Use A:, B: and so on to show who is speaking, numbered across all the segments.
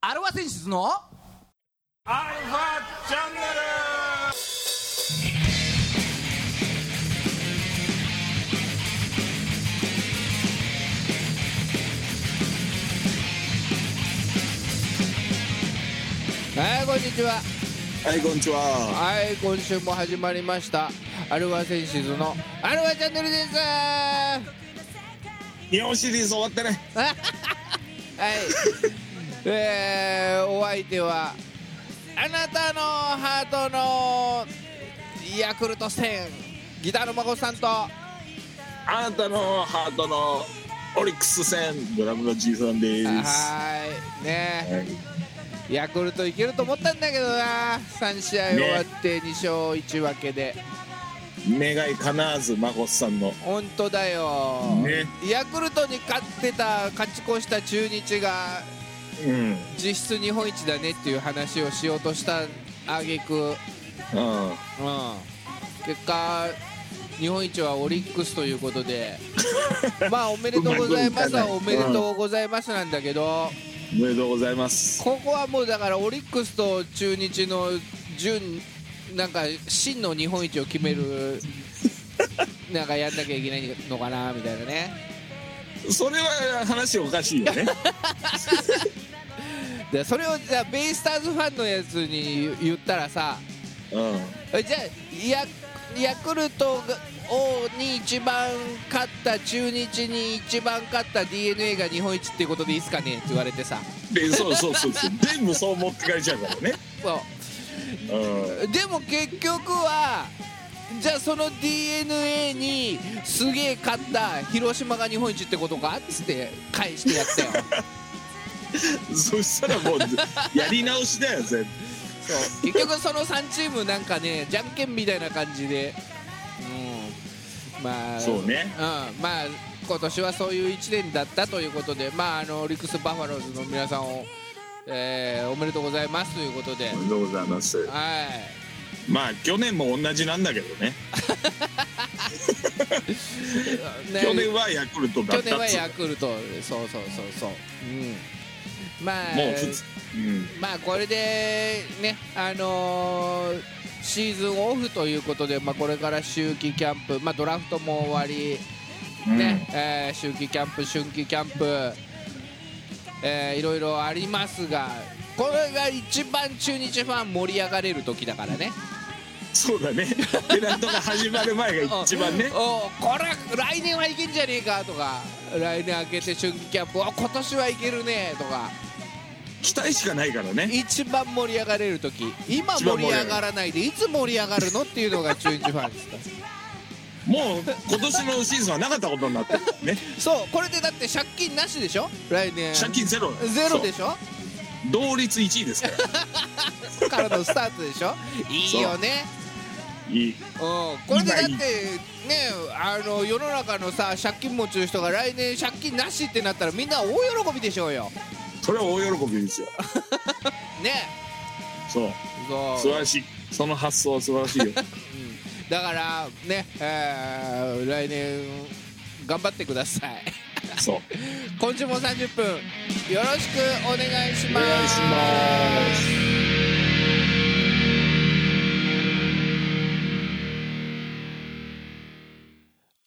A: アルファ選出の
B: アルファチャンネル
C: はいこんにちは
D: はい、こんにちは。
C: はい今週も始まりましたアルファセンシズのアルファチャンネルです
D: 日本シリーズ終わってね。
C: はい。えー、お相手はあなたのハートのヤクルト1000ギターの孫さんとは
D: あなたのハートのオリックス戦、ドラムのじいさんです。は
C: ーいね
D: い
C: ヤクルトいけると思ったんだけどな3試合終わって2勝1分けで
D: 願い叶わず、孫さんの。
C: 本当だよ、
D: ね
C: ヤクルトに勝ってた勝ち越した中日が
D: うん。うん。
C: 実質日本一だねっていう話をしようとした挙句うん、結果日本一はオリックスということ でまあおめでとうございますはおめでとうございますなんだけど
D: おめでとうございます。
C: ここはもうだからオリックスと中日の準なんか真の日本一を決めるなんかやんなきゃいけないのかなみたいなね
D: それは話おかしいよね。
C: でそれをじゃあベイスターズファンのやつに言ったらさ
D: うん。
C: えじゃあヤヤクルトがをに一番勝った中日に一番勝った d n a が日本一っていうことでいいっすかねって言われてさ
D: で、そうそうそうそう。全部そう持ってかれちゃうからね。
C: そ
D: うん。
C: うでも結局はじゃあその d n a にすげえ勝った広島が日本一ってことかっつって返してやったよ
D: そしたらもう、やり直しだよ、全部。
C: そう結局その3チームなんかねじゃんけんみたいな感じで、うん、まあ
D: そうね
C: うん、まあ今年はそういう1年だったということで、まあ、あのオリックス・バファローズの皆さんを、えーおめでとうございますということで、
D: おめでとうございます。
C: はい、
D: まあ、去年も同じなんだけどね。
C: ね
D: 去年はヤクルトだ
C: 去
D: っ
C: 年
D: た
C: は
D: っつう
C: ヤクルト、そうそうそうそう、うん、まあ、
D: もう普通。うん。
C: まあこれでね、あのーシーズンオフということで、まあ、これから秋季キャンプ、まあ、ドラフトも終わり、ねえー秋季キャンプ、春季キャンプ、えーいろいろありますが、これが一番中日ファン盛り上がれる時だからね、
D: そうだ ね。ペナントが始まる前が一番ね。
C: おこれ、来年はいけんじゃねえかとか、来年明けて春季キャンプ、お今年はいけるねとか、
D: 期待しかないからね。
C: 一番盛り上がれる時今盛り上がらないで、いつ盛り上がるのっていうのが中日ファンですから。
D: もう今年のシーズンはなかったことになってるね。
C: そうこれでだって借金なしでしょ来年
D: 借金ゼロ。
C: ゼロで
D: そ
C: しょ
D: う同率1位ですから。
C: からのスタートでしょ いいよね
D: いい。
C: うんこれでだって
D: 今い
C: ね
D: い
C: あの世の中のさ借金持ちの人が来年借金なしってなったらみんな大喜びでしょうよ
D: それは大喜びですよ。
C: ね
D: そう。
C: そう
D: 素晴らしい。その発想は素晴ら しいよ。
C: うんだからね、えー来年頑張ってください
D: そう。
C: 今週も30分よろしくお願いし
D: お
C: ます
D: 願いします。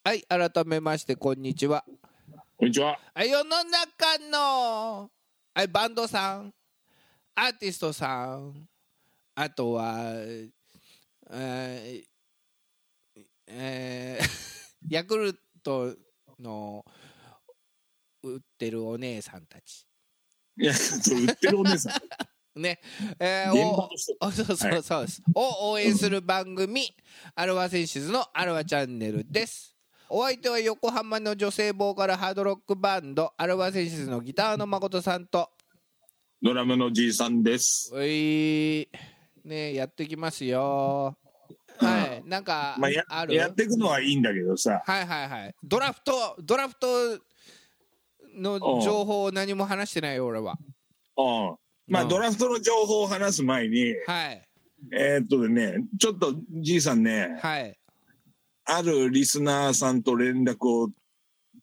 C: はい改めましてこんにちは
D: こんにちは。
C: 世の中のあバンドさんアーティストさんあとはえーえー ヤクルトの売ってるお姉さんたち
D: いや、そう売ってるお 姉さん。
C: ねえー
D: 現場
C: お
D: の人
C: おそうそうそうです、を応援する番組「アルワ選手ズのアルワチャンネル」ですお相手は横浜の女性ボーカルハードロックバンドアルワ選手ズのギターの誠さんと
D: ドラムのじいさんです。
C: ういねやってきますよはいなんか
D: まあ、や
C: ある
D: やっていくのはいいんだけどさ。
C: はいはいはいドラフトドラフトの情報を何も話してないよ俺は
D: うん。まあ、
C: うん
D: ドラフトの情報を話す前に、
C: はい
D: えーっとね、ちょっとじいさんね、
C: はい
D: あるリスナーさんと連絡を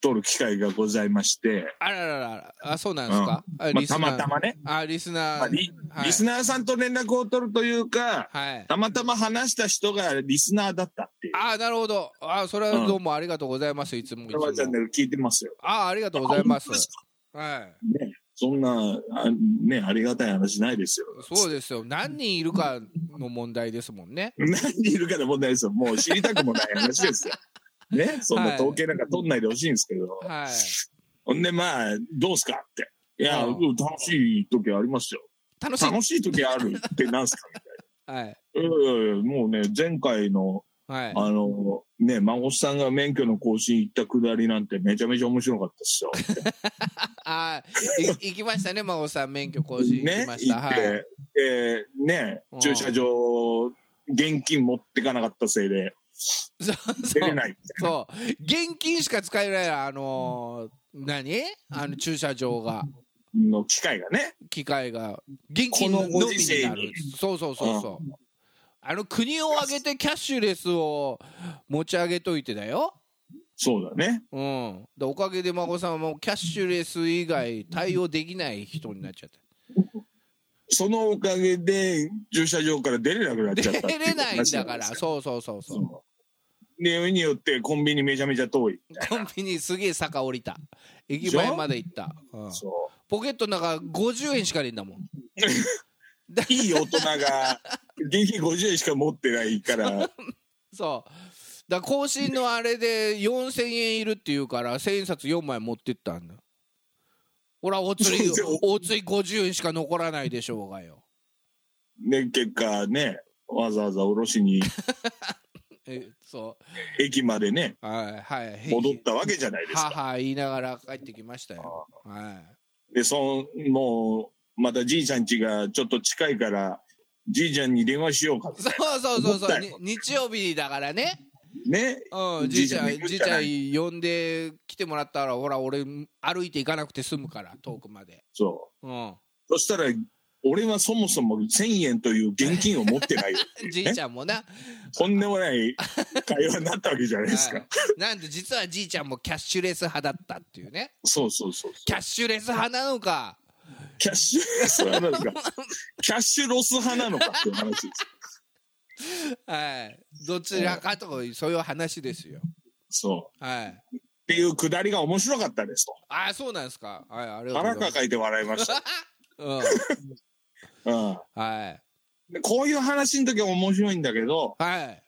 D: 取る機会がございまして、
C: あららららあそうなんですか、あ
D: うんまあ
C: リスナー
D: たまたまね
C: あリスナー、
D: まあリ
C: はい
D: リスナーさんと連絡を取るというか、
C: はい
D: たまたま話した人がリスナーだったっていう。
C: ああなるほどあーそれはどうもありがとうございますいつもいつ
D: ド
C: も
D: ラマチャンネル聞いてますよ。
C: ああありがとうございま
D: あ本当です
C: すはい
D: ね、そんなあ、ね、ありがたい話ないですよ。
C: そうですよ何人いるかの問題ですもんね
D: 何人いるかの問題ですよ。もう知りたくもない話 ですよ。ね、そんな統計なんか取んないでほしいんですけど。
C: はい
D: ほんで、まあ、どうすかって。いや、
C: う
D: うんん楽しい時ありますよ。
C: 楽しい
D: 楽しい時あるってなんすか みたい
C: はい
D: な。いやいやいやもうね、前回の、
C: はい
D: あの、ね、孫さんが免許の更新行ったくだりなんてめちゃめちゃ面白かったですよ。
C: あーい行きましたね真帆さん免許更新行
D: ね
C: きま、し
D: 行
C: た、
D: っ
C: は
D: て、
C: い
D: えーね
C: うん、
D: 駐車場、現金持ってかなかったせいで、
C: そうそ
D: 出れ
C: う
D: ない。
C: そう現金しか使えないあのー何あの駐車場が
D: の機会がね、
C: 機械が現金の
D: このご
C: み
D: 時
C: に
D: 世
C: な
D: に
C: るそうそうそうそうあの国を挙げてキャッシュレスを持ち上げといてだよ
D: そうだね。
C: うんでおかげで孫さんはもうキャッシュレス以外対応できない人になっちゃって
D: そのおかげで、駐車場から出れなくなっちゃったっ て
C: 出
D: いう話
C: れないんだ
D: な
C: か
D: ん
C: ら
D: で すよ
C: そうそうそうそう
D: そうで、よりによってコンビニめちゃめちゃ遠いみたい
C: コ
D: な。
C: ンビニすげえ坂降りた駅
D: でし
C: 前
D: ょ
C: まで行った、うん
D: そ
C: ポケットの中50円しかねえんだもん
D: う。いい大人が、現金50円しか持ってない から、
C: そうだから更新のあれで4000円いるっていうから1000円札4枚持ってったんだほらお釣りお釣り50円しか残らないでしょうがよ
D: ね、結果ね、わざわざおろしに、
C: えそ
D: 駅までね、
C: うはいはい
D: 戻ったわけじゃないです
C: は
D: か。
C: は言いながら帰ってきましたよは
D: で、その、もう、またじいちゃん家がちょっと近いから、じいちゃんに電話しようか
C: いそうそうそう
D: 思っ
C: そう
D: た
C: に
D: よ
C: 日曜日だからね
D: ね。
C: うんじいちゃん
D: じいちゃん
C: じいちゃん呼んで来てもらったらほら俺歩いて行かなくて済むから遠くまで
D: そ
C: うん
D: う。そしたら、俺はそもそも1000円という現金を持っ てないよ。
C: じいちゃんもな
D: とんでもない会話になったわけじゃないです
C: は
D: か
C: い。なんと実はじいちゃんもキャッシュレス派だったっていうね
D: そうそうそうそう。
C: キャッシュレス派なのか
D: キャッシュレス派 なのか。キャッシュロス派なのかっていう話です。
C: はいどちらかとかそういう話ですよ
D: そう。
C: はい
D: っていうくだりが面白かったです
C: ああそうなんですかはいあり
D: と。
C: がとうご
D: 腹
C: ざいます
D: 抱えて笑いました。
C: うん
D: うん
C: はい
D: で。こういう話の時は面白いんだけど、
C: はい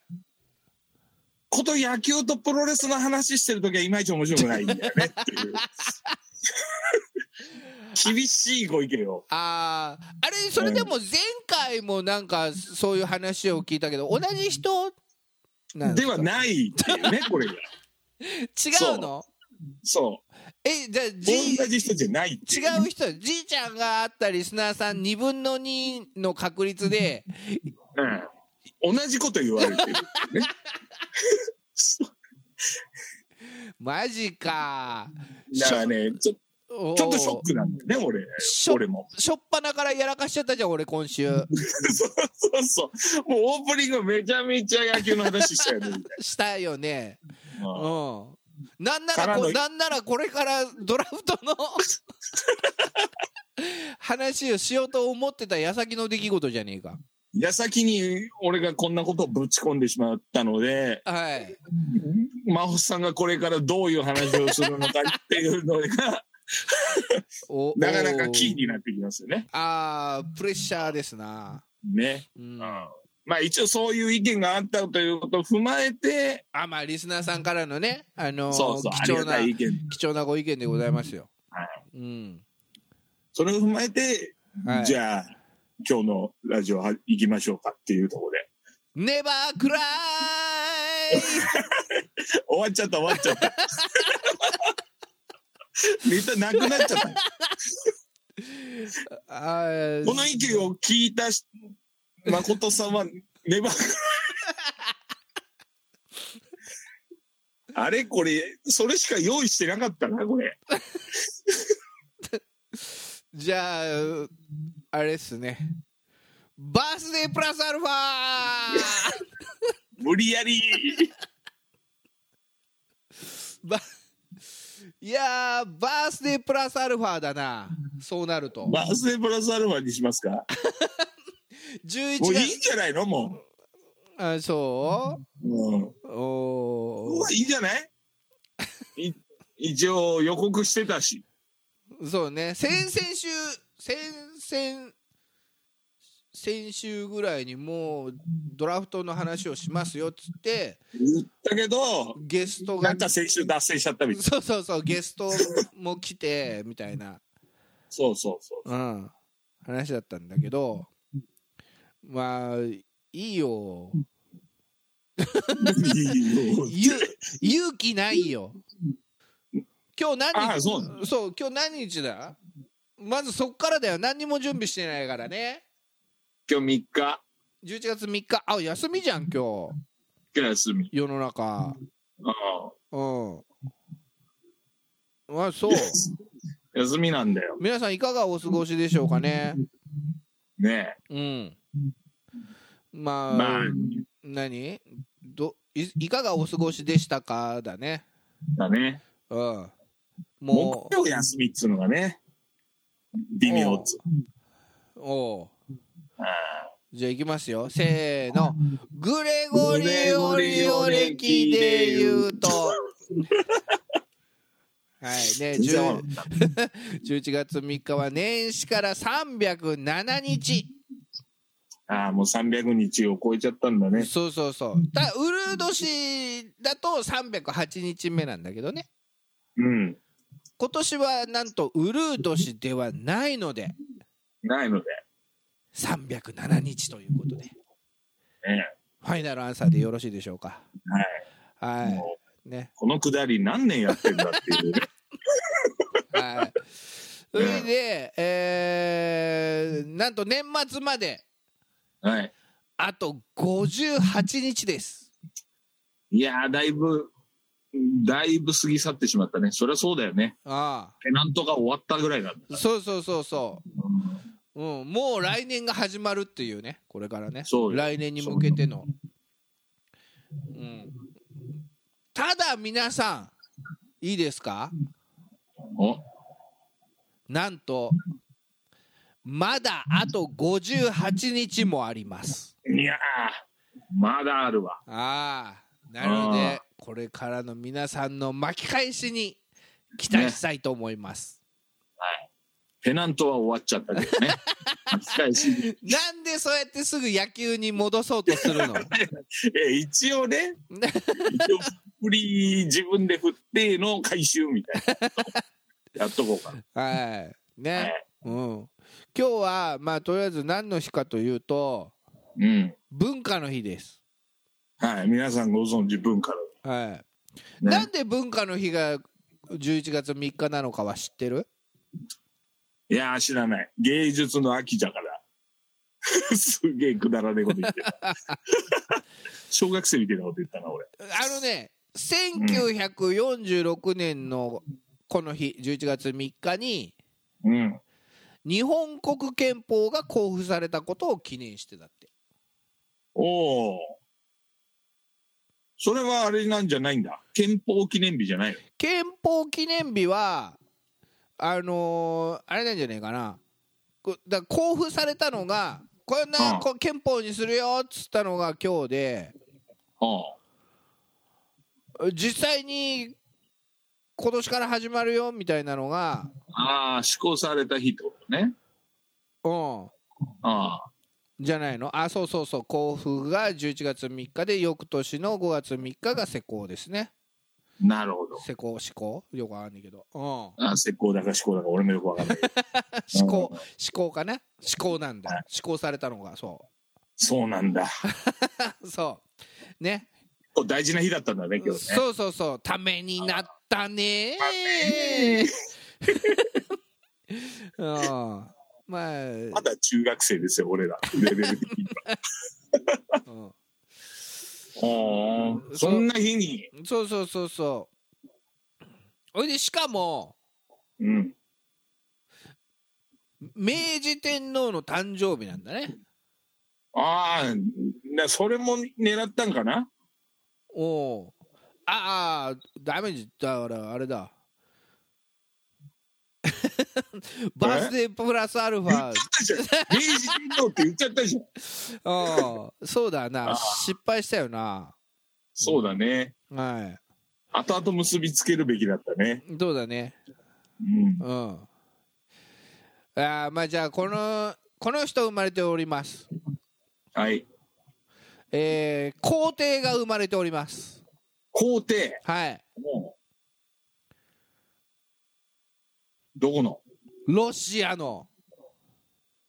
D: こと野球とプロレスの話してるときはいまいち面白くないんだよねって いう。厳しいご意見を。
C: あーあれそれでも前回もなんかそういう話を聞いたけど同じ人なん
D: です
C: か
D: はないっていうね、これが。
C: 違うの
D: そ
C: えじゃあ
D: う。
C: じい
D: 同じ人じゃないっていう
C: 違う人じいちゃんがあったリスナーさん2分の2の確率で
D: うん。同じこと言わ れてるっていうね。
C: マジか
D: だからね、ちょ
C: ょ
D: ちょっとショックなんだよね、俺。
C: ショ
D: 俺も。
C: しょっぱなからやらかしちゃったじゃん俺今週
D: そうそうそう。もうオープニングめちゃめちゃ野球の話したよね。みたい
C: したよね
D: な
C: う
D: うん
C: んなんな
D: からら
C: こ
D: の
C: なんならこれからドラフトの 話をしようと思ってた矢先の出来事じゃねえか
D: 矢先に俺がこんなことをぶち込んでしまったので、
C: はい
D: 真帆さんがこれからどういう話をするのかっていう のが
C: お
D: なかなかキー
C: お
D: になってきますよね。
C: あープレッシャーですな
D: ね。
C: うん
D: まあ一応そういう意見があったということを踏まえて、
C: あまあリスナーさんからのね、あのー
D: そうそう、あ
C: 貴
D: り
C: 重
D: が
C: な
D: たい意見。
C: 貴重なご意見でございますよ。
D: は
C: うん。
D: それを踏まえて、
C: はい、
D: じ
C: ゃ
D: ゃあ今日のラジオは行きましょうかっていうところで。
C: ネバークラ
D: 終わっちゃった終わっち ゃった。ネタなくなっちゃった。
C: イあー
D: この意見を聞いたし誠さんはネバー あれこれそれしか用意してなかったなこれ
C: じゃあ、あれっすね。バースデープラスアルファ
D: 無理やり
C: ば いやーバースデープラスアルファだなそうなると
D: バースデープラスアルファにしますか
C: 11
D: もういいん
C: 月
D: じゃないのも、
C: あそう
D: うん、
C: うお
D: もういいんじゃないい一応予告してたし
C: ーそうね先々週先々先週ぐらいにもうドラフトの話をしますよっつって
D: 言ったけど
C: ゲストが
D: なんか先週脱線しちゃったみた い
C: そうそうそうゲストも来てみたいな
D: そうそう そう
C: うん、話だったんだけどまあいいよ
D: いいよ
C: ゆ勇気ないよ今日何日
D: ああそう
C: そう今日何日だまずそっからだよ何にも準備してないからね
D: 今日3日
C: 11月3日あ休みじゃん今日
D: 今日休み
C: 世の中
D: あ
C: うんあそう
D: あ休みなんだよ
C: 皆さんいかがお過ごしでしょうかね
D: ね
C: うんま
D: え
C: あ、
D: まあ
C: 何どいいかがお過ごしでしたかだね
D: だね
C: うんも
D: 木曜休みっつうのがね微妙っつう
C: うおう
D: ああ
C: じゃあ行きますよせーのグレゴリオリオ歴で言うと はいね
D: 全然わか
C: 10
D: ん ない
C: 11月3日は年始から307日
D: ああもう300日を超えちゃったんだね
C: そうそうそうたウルー年だと308日目なんだけどね
D: うん
C: 今年はなんとウルー年ではないので
D: ないので
C: 307日ということで、
D: ね
C: ファイナルアンサーでよろしいでしょうか。は
D: え
C: い。
D: も
C: ね。
D: うこのくだり何年やってんだって いうね
C: はい。それで、えー、なんと年末まで、
D: はい
C: あと58日です。
D: いやーだいぶだいぶ過ぎ去ってしまったねそりゃそうだよね
C: あ
D: ペナントが終わったぐらいなんだ、
C: あ。そうそうそうそ
D: うん
C: う。うん、もう来年が始まるっていうね、これからね。
D: そうよ
C: 来年に向けての。うん。ただ皆さん、いいですか
D: お
C: なんとまだあと58日もあります
D: いやーまだあるわ
C: ああなの
D: あ
C: で
D: ー
C: これからの皆さんの巻き返しに期待したいと思います、
D: ペナントは終わっちゃったけど ね巻き返しに
C: なんでそうやってすぐ野球に戻そうとするの
D: え一応 ね一応振り自分で振っての回収みたいなやっとこうかな
C: はい
D: は
C: ね
D: い、
C: うん今日はまあとりあえず何の日かというと
D: うん
C: 文化の日です
D: はい皆さんご存知文化
C: はい
D: の、
C: な
D: ね
C: ん、で文化の日が11月3日なのかは知ってる
D: いやー知らない芸術の秋だから すげえくだらねえこと言ってた 小学生みたいなこと言ったな俺
C: あのね、1946年のこの日、11月3日に、
D: うん
C: 日本国憲法が公布されたことを記念してたって。
D: おおそれはあれなんじゃないんだ憲法記念日じゃないの
C: 憲法記念日は、あのーあれなんじゃないかな。こだから公布されたのが、こんな、
D: うん
C: こ憲法にするよっつったのが今日で、
D: ああ
C: 実際に今年から始まるよみたいなのが、
D: ああ、施行された日ってことね。
C: うん、
D: ああ、
C: じゃないのあそうそうそう甲府が11月3日で翌年の5月3日が施工ですね
D: なるほど。
C: 施工施工よくわかんないけど、うん、
D: ああ、施行だか施行だか俺もよくわかんない。
C: 施工
D: うん
C: 施工かな施工なん
D: は
C: だ施工されたのがそ
D: そうなんだ。
C: う そうね
D: これ大事な日だったんだね、今日ね。
C: そうそうそうためになったねうんまあ、うん
D: まだ中学生ですよ、俺ら。レベル的 には。ああ、そんな日に。
C: そうそうそうそうほいでしかも
D: うん。
C: 明治天皇の誕生日なんだね
D: ああ、なそれも狙ったんかな
C: おおああダメージだからあれだ バースデープラスアルフ
D: 言っ
C: ァ
D: ちゃったじゃん明治天皇って言っちゃったじゃん
C: うんそうだな
D: あ
C: 失敗したよな
D: そうだね
C: は
D: 後々結びつけるべきだったね
C: いどうだね
D: うん
C: うんあーまあじゃあこのこの人生まれております
D: はい
C: えー、皇帝が生まれております
D: 皇帝
C: はい
D: もうどこの
C: ロシアの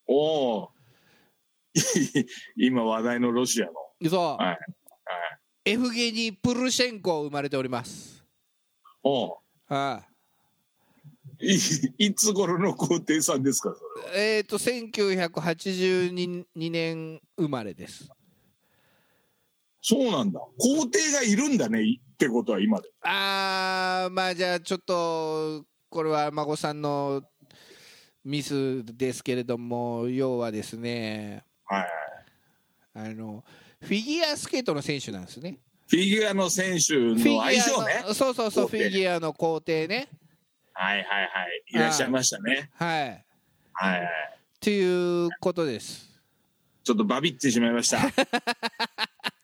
D: おおー 今話題のロシアの
C: そう、
D: はいはい
C: エフゲニー・プルシェンコ生まれております
D: おお
C: はい
D: いつ頃の皇帝さんですかそれ
C: いえっ、ー、と1982年生まれです
D: そうなんだ皇帝がいるんだねいってことは今で
C: あーまあじゃあちょっとこれは孫さんのミスですけれども要はですね
D: はいはい
C: あのフィギュアスケートの選手なんですね
D: フィギュアの選
C: フ
D: 手
C: ィギ
D: の相
C: ュ
D: 性
C: アの、
D: ね
C: そうそうそう
D: 皇
C: フ
D: 帝
C: ィギュアの皇帝ね
D: はいはいはいいらっしゃいましたね
C: はい
D: はいはい
C: ということです
D: ちょっとバビってしまいました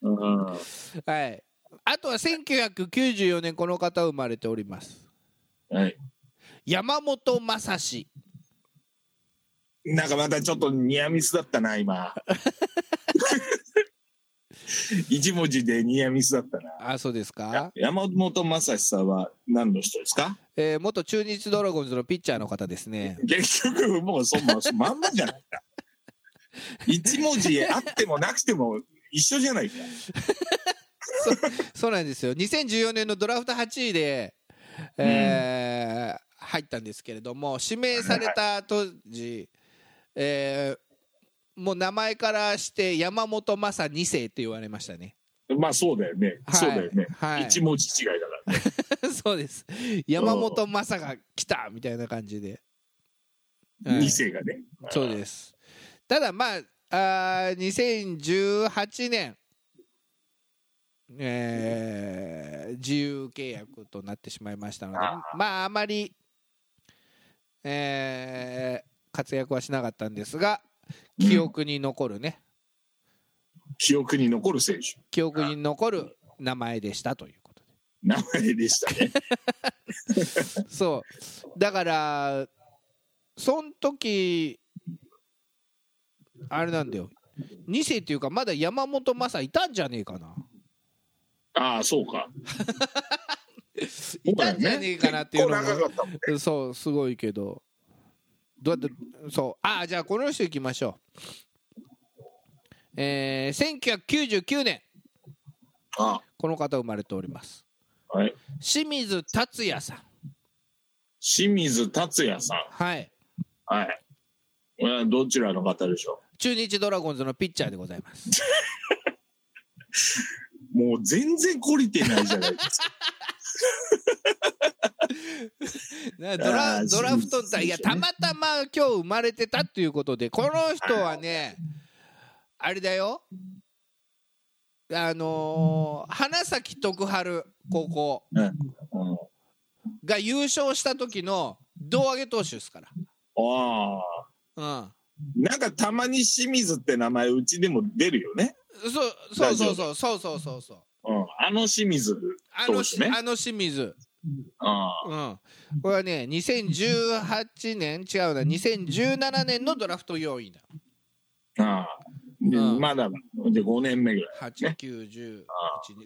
D: うん
C: はいあとは1994年この方生まれております
D: はい
C: 山本昌史
D: なんかまたちょっとニアミスだったな 今一文字でニアミスだったな
C: あそうですか、
D: 山本昌さんは何の人ですか
C: えー元中日ドラゴンズのピッチャーの方ですね
D: 結局もうそんなまんまじゃないか一文字あってもなくても一緒じゃないか
C: そうなんですよ2014年のドラフト8位で、えー入ったんですけれども指名された当時、えーもう名前からして山本昌2世って言われましたね
D: まあそうだよね、
C: はい
D: そうだよね、
C: はい
D: 一文字違いだからね
C: そうです山本昌が来たみたいな感じで、はい
D: 二世がね
C: そうですただまああー2018年えー自由契約となってしまいましたので
D: あ
C: まああまり、えー活躍はしなかったんですが記憶に残るね、
D: 記憶に残る選手
C: 記憶に残る名前でしたということ
D: 名前でした ね
C: でそうだからその時あれなんだよ2世っていうかまだ山本昌いたんじゃねえかな
D: ああそうか
C: いたんじゃねえかなっていうのが
D: 結構長かったもんね
C: そうすごいけどどうやってそうああじゃあこの人いきましょうえー、1999年
D: あ
C: この方生まれております
D: あはい
C: 清水達也さん
D: 清水達也さん
C: はい
D: はいこれはどちらの方でしょ
C: 中日ドラゴンズのピッチャーでございます
D: うもう全然懲りてないじゃないです か
C: ねド
D: あ
C: ラ
D: ー
C: ドラフトだいや
D: そうです
C: た
D: ね
C: またま今日生まれてたっていうことでこの人はねあれだよあのー花咲徳栄高校
D: うん
C: が優勝した時の胴上げ投手ですから、
D: ああなんかたまに清水って名前うちでも出るよね。
C: うん、そうそうそうそうそうそうそうそう
D: うん、あの清水
C: あの
D: 投手ね。
C: あの清水、
D: あ
C: うん、これはね2018年違うな2017年のドラフト4位だ
D: あああで
C: うん
D: まだで5年目ぐらい。
C: 8910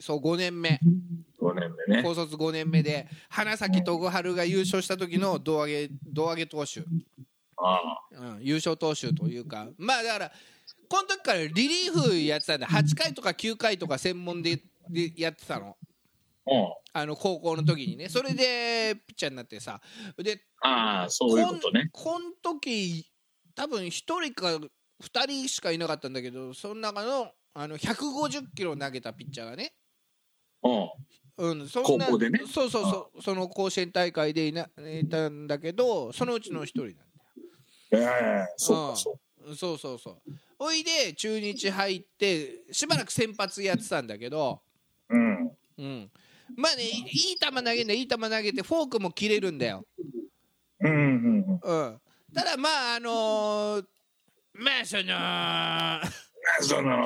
C: そう5年目
D: 5年目ね。
C: 高卒5年目で花咲徳栄が優勝した時の胴上げ胴上げ投手、
D: あ
C: うん、優勝投手というかまあだからこの時からリリーフやってたんで8回とか9回とか専門ででやってたの
D: あうん
C: あの高校の時にねそれでピッチャーになってさで
D: ああ、そういうことね。
C: こんこん時多分1人か2人しかいなかったんだけどその中のあの150キロ投げたピッチャーがね
D: うん
C: うん、そんな
D: 高校でね
C: そうそうそうその甲子園大会でいないたんだけどそのうちの一人なんだ
D: ええそう
C: うん
D: かそう
C: よそうそうそうおいで中日入ってしばらく先発やってたんだけど、
D: か。うん。
C: うん、まあねいいい球投げんだよいい球投げてフォークも切れるんだよ
D: うんうんうん。
C: うん、ただまああのーまあその
D: その、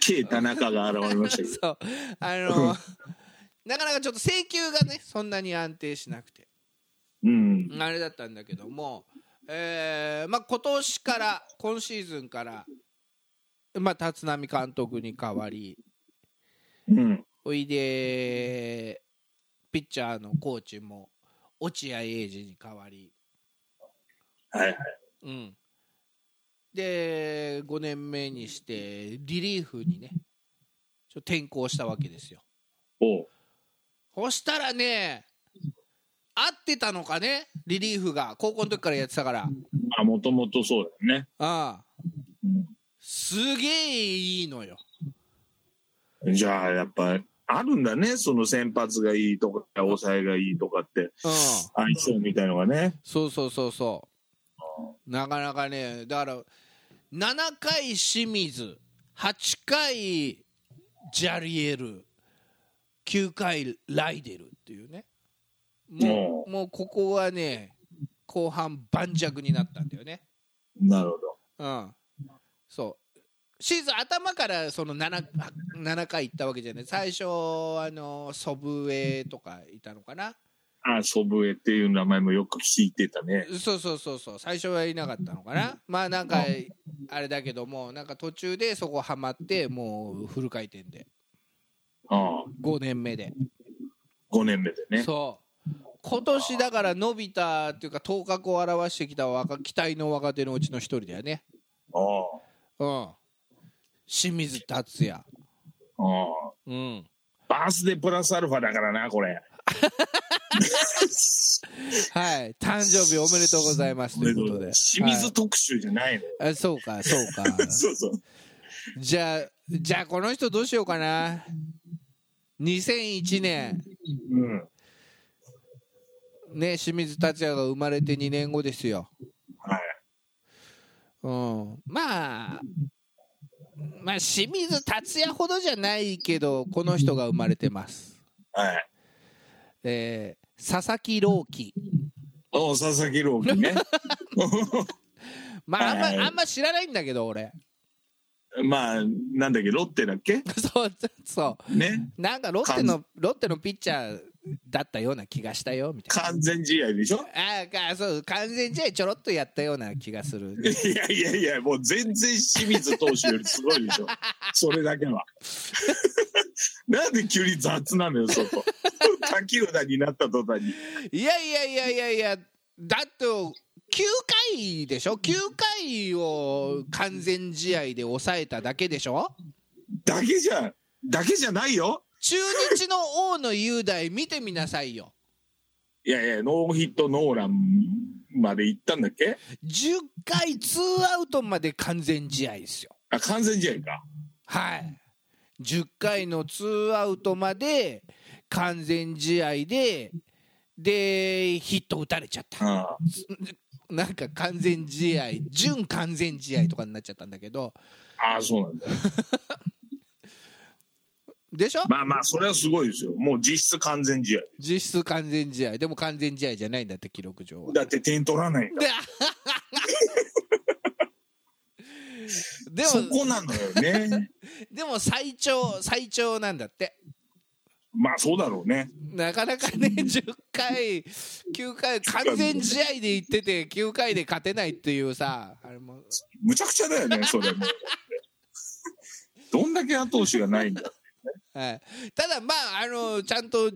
D: K 田中が現れましたけど。
C: そうあ のーなかなかちょっと請求がねそんなに安定しなくて
D: うん。
C: あれだったんだけども、えーまあ、今年から今シーズンから、まあ、立浪監督に代わり
D: うん。
C: おいでピッチャーのコーチも落合英二に代わり、
D: はいはい。
C: うん、で5年目にしてリリーフにねちょっと転向したわけですよ
D: おう
C: そしたらね合ってたのかねリリーフが高校の時からやってたから
D: まあ、もともとそうだよね。
C: ああ
D: う
C: すげえいいのよ
D: ん、じゃあ、やっぱ、あるんだね。その先発がいいとか、抑えがいいとかって、
C: うん
D: 相性みたいのがね。
C: そうそうそうそうなかなかねだから7回清水8回ジャリエル9回ライデルっていうねもうもうここはね後半盤石になったんだよね
D: なるほど。
C: うんそうシーズン頭からその 7, 7回行ったわけじゃない最初あのソブエとかいたのかな
D: あ、ソブエっていう名前もよく聞いてたね。
C: そうそうそうそう最初はいなかったのかなまあなんかあれだけどもなんか途中でそこハマってもうフル回転で
D: ああ、
C: 5年目で、
D: 5年目でね。
C: そう今年だから伸びたっていうか頭角を現してきた若期待の若手のうちの一人だよね
D: あ
C: うん清水達也
D: あ、ああ。
C: うん
D: バースでプラスアルファだからな、これ。
C: はい誕生日おめでとうございますということで
D: 清水特集じゃないの。
C: はいあそうかそうか
D: そうそう。
C: じゃあじゃあこの人どうしようかな2001年
D: うん。
C: ね、清水達也が生まれて2年後ですよ。
D: はい。
C: うん、まあ、まあ、清水達也ほどじゃないけど、この人が生まれてます。
D: はい。
C: えー佐々木朗希。
D: お佐々木朗希 ね。
C: まあ、あん
D: はい
C: ま、あんま知らないんだけど、俺。
D: まあ、なんだっけ、ロッテだっけ
C: そう、そ
D: ね。
C: う。なんかロッテの、ロッテのピッチャーだったような気がしたよ、みたい
D: 完全試合でしょ
C: な。ああ、そう、完全試合ちょろっとやったような気がする。
D: いやいやいや、もう全然清水投手よりすごいで しょ。それだけは。 なんで急に雑なのよ、そこ。 滝浦になった途端に。
C: いやいやいやいやいやだって9回でしょ9回を完全試合で抑えただけでしょ
D: だけじゃ、だけじゃないよ。
C: 中日の王の雄大見てみなさいよ
D: いやいや、ノーヒットノーランまで行ったんだっけ
C: 10回ツーアウトまで完全試合ですよ
D: あ、完全試合か。
C: はい10回のツーアウトまで完全試合ででヒット打たれちゃった
D: あ
C: なんか完全試合準完全試合とかになっちゃったんだけど
D: あー、そうなんだ。
C: でしょ
D: まあまあ、それはすごいですよ。もう実質完全試合。
C: 実質完全試合でも完全試合じゃないんだって記録上は
D: だって点取らないんだ
C: で で
D: そ
C: も
D: こなのよね。
C: でも最長最長なんだって
D: まあ、そうだろうね。
C: なかなかね10回9回完全試合で行ってて9回で勝てないっていうさあれも
D: むちゃくちゃだよね、それも。どんだけ後押しがないんだ。
C: はい、ただまああのちゃんと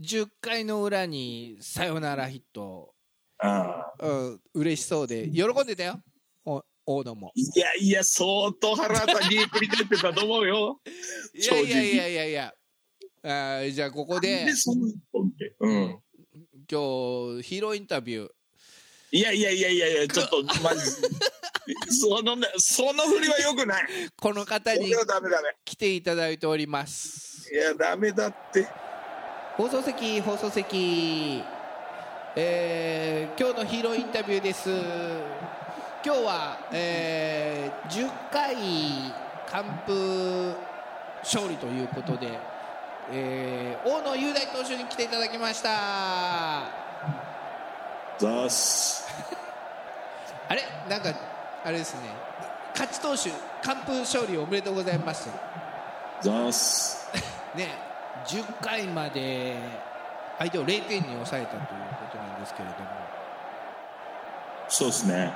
C: 10回の裏にサヨナラヒット
D: ああ
C: うん嬉しそうで喜んでたよお大野も
D: いやいや、相当腹立ちくり返ってたと思うよ。
C: いやいやいやいやいやあーじゃあここで
D: で、その一本って。うん。
C: 今日ヒーローインタビュー
D: いやいやいやいや いや、ちょっと、まず、そのね、その振りは良くない。
C: この方
D: そ
C: に
D: れはダメだね。
C: 来ていただいております
D: いや、ダメだって。
C: 放送席放送席えー、今日のヒーローインタビューです今日は、えー、10回完封勝利ということで、えー、大野雄大投手に来ていただきました
D: ざーす。
C: あれなんかあれですね勝ち投手完封勝利おめでとうございます
D: ざーす。
C: ね10回まで相手を0点に抑えたということなんですけれども
D: そうですね。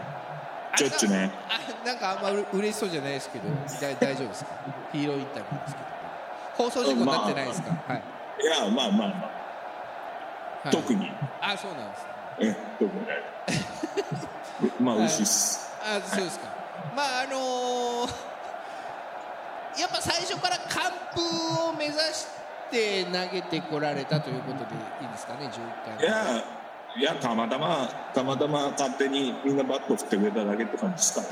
D: ちょっちゅね。
C: あなんかあんまう嬉しそうじゃないですけどだ大丈夫 ですかヒーローインタビューですけど放送事故になってないですか、はい
D: いや、まあまあま
C: は
D: あ、
C: い
D: 特に。
C: あそうなんですね
D: え、特に ない。まあ、美味しいっす。
C: あそうですか、まああのーやっぱ最初から完封を目指して投げてこられたということでいいですかね、11
D: い
C: 回
D: や、いや、たまたま、たまたま勝手にみんなバット振ってくれただけって感じですかね。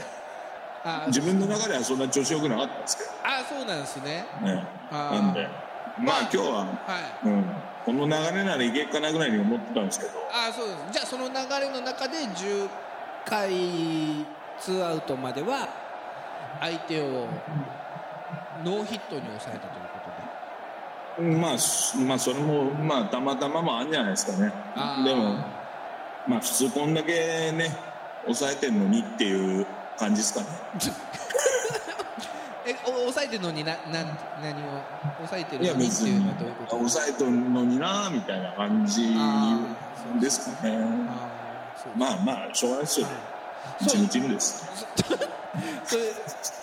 C: あ
D: 自分の中ではそんな調子良くなかったんですけ
C: あ、そうなんですね、
D: どね。
C: あー
D: なんで、まあ今日は、
C: はい、
D: うん、この流れならいけっかなぐらいに思ってたんですけど、
C: あそうですじゃあ、その流れの中で10回ツーアウトまでは相手をノーヒットに抑えたということで。
D: まあ、すまあ、それも、まあ、たまたまもあるんじゃないですかね
C: あ。ー
D: でも、まあ、普通こんだけね、抑えてんのにっていう感じですかね。
C: えお抑えてるのにななん何を抑えて
D: い
C: る
D: や、
C: のにっ
D: 別
C: ていう
D: に
C: のはどういうこ、と
D: 抑えてんのにな、みたいな感じ
C: あー
D: ですかね。
C: あーそう
D: まあまあ、しょうがないですよ。うちのチームです。
C: それ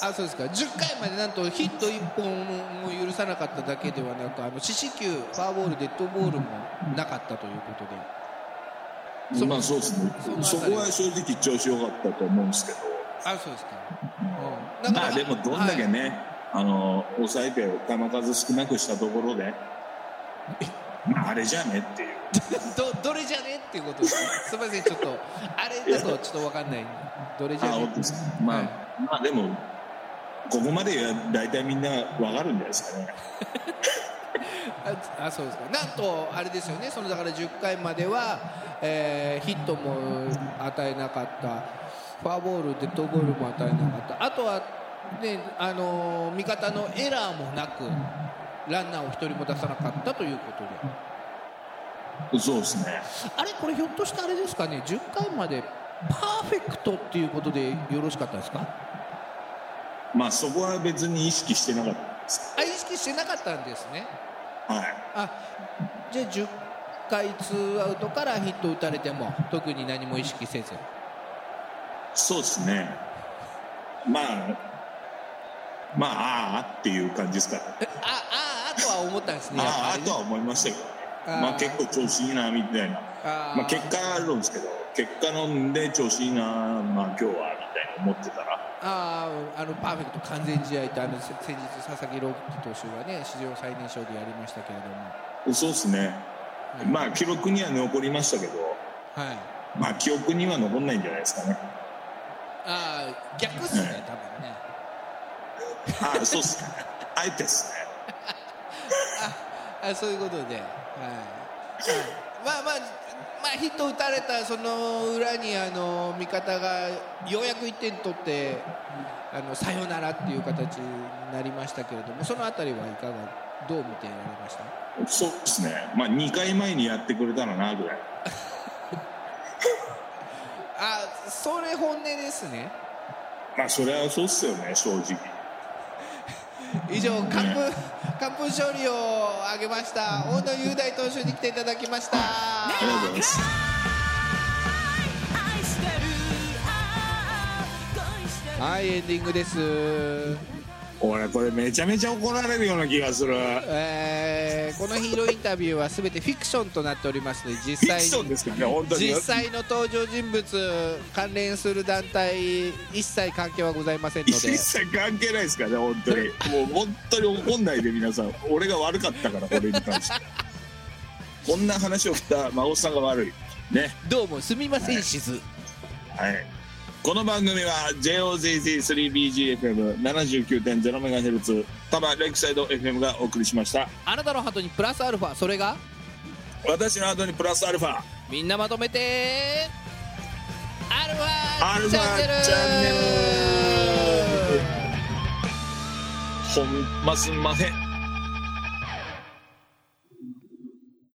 C: あそうですか10回までなんとヒット1本も許さなかっただけではなくあの四死球フォアボールデッドボールもなかったということでそ
D: まあ、そうですね
C: その。
D: そこは正直調子良かったと思うんですけど。
C: あそうですか、うん
D: まあでもどんだけ
C: はい
D: ね、あの抑えて球数少なくしたところで、まあ、あれじゃねっていう
C: どどれじゃねっていうことですねすみませんちょっとあれだとちょっと分かんないどれじゃ
D: あ
C: ね
D: 本当ですかまあ、
C: はい
D: まあでもここまでは大体みんなわかるんじゃないですかね
C: ああそうですかなんとあれですよねそのだから10回までは、えーヒットも与えなかったフォアボールデッドボールも与えなかったあとは、ねあのー味方のエラーもなくランナーを1人も出さなかったということで
D: そうですね
C: あれこれひょっとしてあれですかね10回までパーフェクトっていうことでよろしかったですか
D: まあそこは別に意識してなかったです
C: あ意識してなかったんですね
D: はい
C: あじゃあ10回ツーアウトからヒット打たれても特に何も意識せず。
D: そうですねまあまああーあっていう感じですから
C: あああとは思ったんですね。やっ
D: あ
C: ぱ
D: あ
C: り
D: ーあとは思いましたけどねま
C: あ
D: あ
C: ー
D: 結構調子いいなみたいな
C: あー
D: まあ、結果はあるんですけど結果のんで調子いいな、まあ、今日はみたいな思ってたら
C: あーあのパーフェクト完全試合ってあのせ先日佐々木朗希投手がね史上最年少でやりましたけれども、
D: そうですね、
C: はい
D: まあ記録には残りましたけど、
C: はい。
D: まあ、記憶には残んないんじゃないですかね
C: あー逆っす
D: は
C: ね
D: い
C: 多分ね。
D: ああそうっすねあえてっす
C: あそういうことで、はいはい、まあまあまあヒット打たれたその裏にあの味方がようやく1点取ってあのさよならっていう形になりましたけれどもそのあたりはいかがどう見てられました
D: ねそうっすねまあ2回前にやってくれたらなぐらい
C: あそれ本音ですね
D: まあそれはそうっすよね正直
C: 以上完封完封勝利を挙げました大野雄大投手に来ていただきました、
D: ありがとうございます
A: 愛してるああ恋してる
C: はいエンディングです
D: 俺これめちゃめちゃ怒られるような気がする
C: えーこのヒーローインタビューは全てフィクションとなっておりますので
D: フ
C: 実
D: ィク
C: 際
D: ションですからね本当に
C: 実際の登場人物関連する団体一切関係はございませんので
D: 一切関係ないですからね本当にもう本当に怒んないで皆さん俺が悪かったから俺に関してこんな話を振った孫さんが悪いね
C: どうもすみませんしず
D: はいこの番組は JOZZ3BGFM79.0MHz 多摩レイクサイド FM がお送りしました
C: あなたのハートにプラスアルファそれが
D: 私の後にプラスアルファ
C: みんなまとめてアルフ
D: ア
C: ァ
D: ル
C: チ
D: フ
C: ャンネル
D: ァチャンネルほんますんません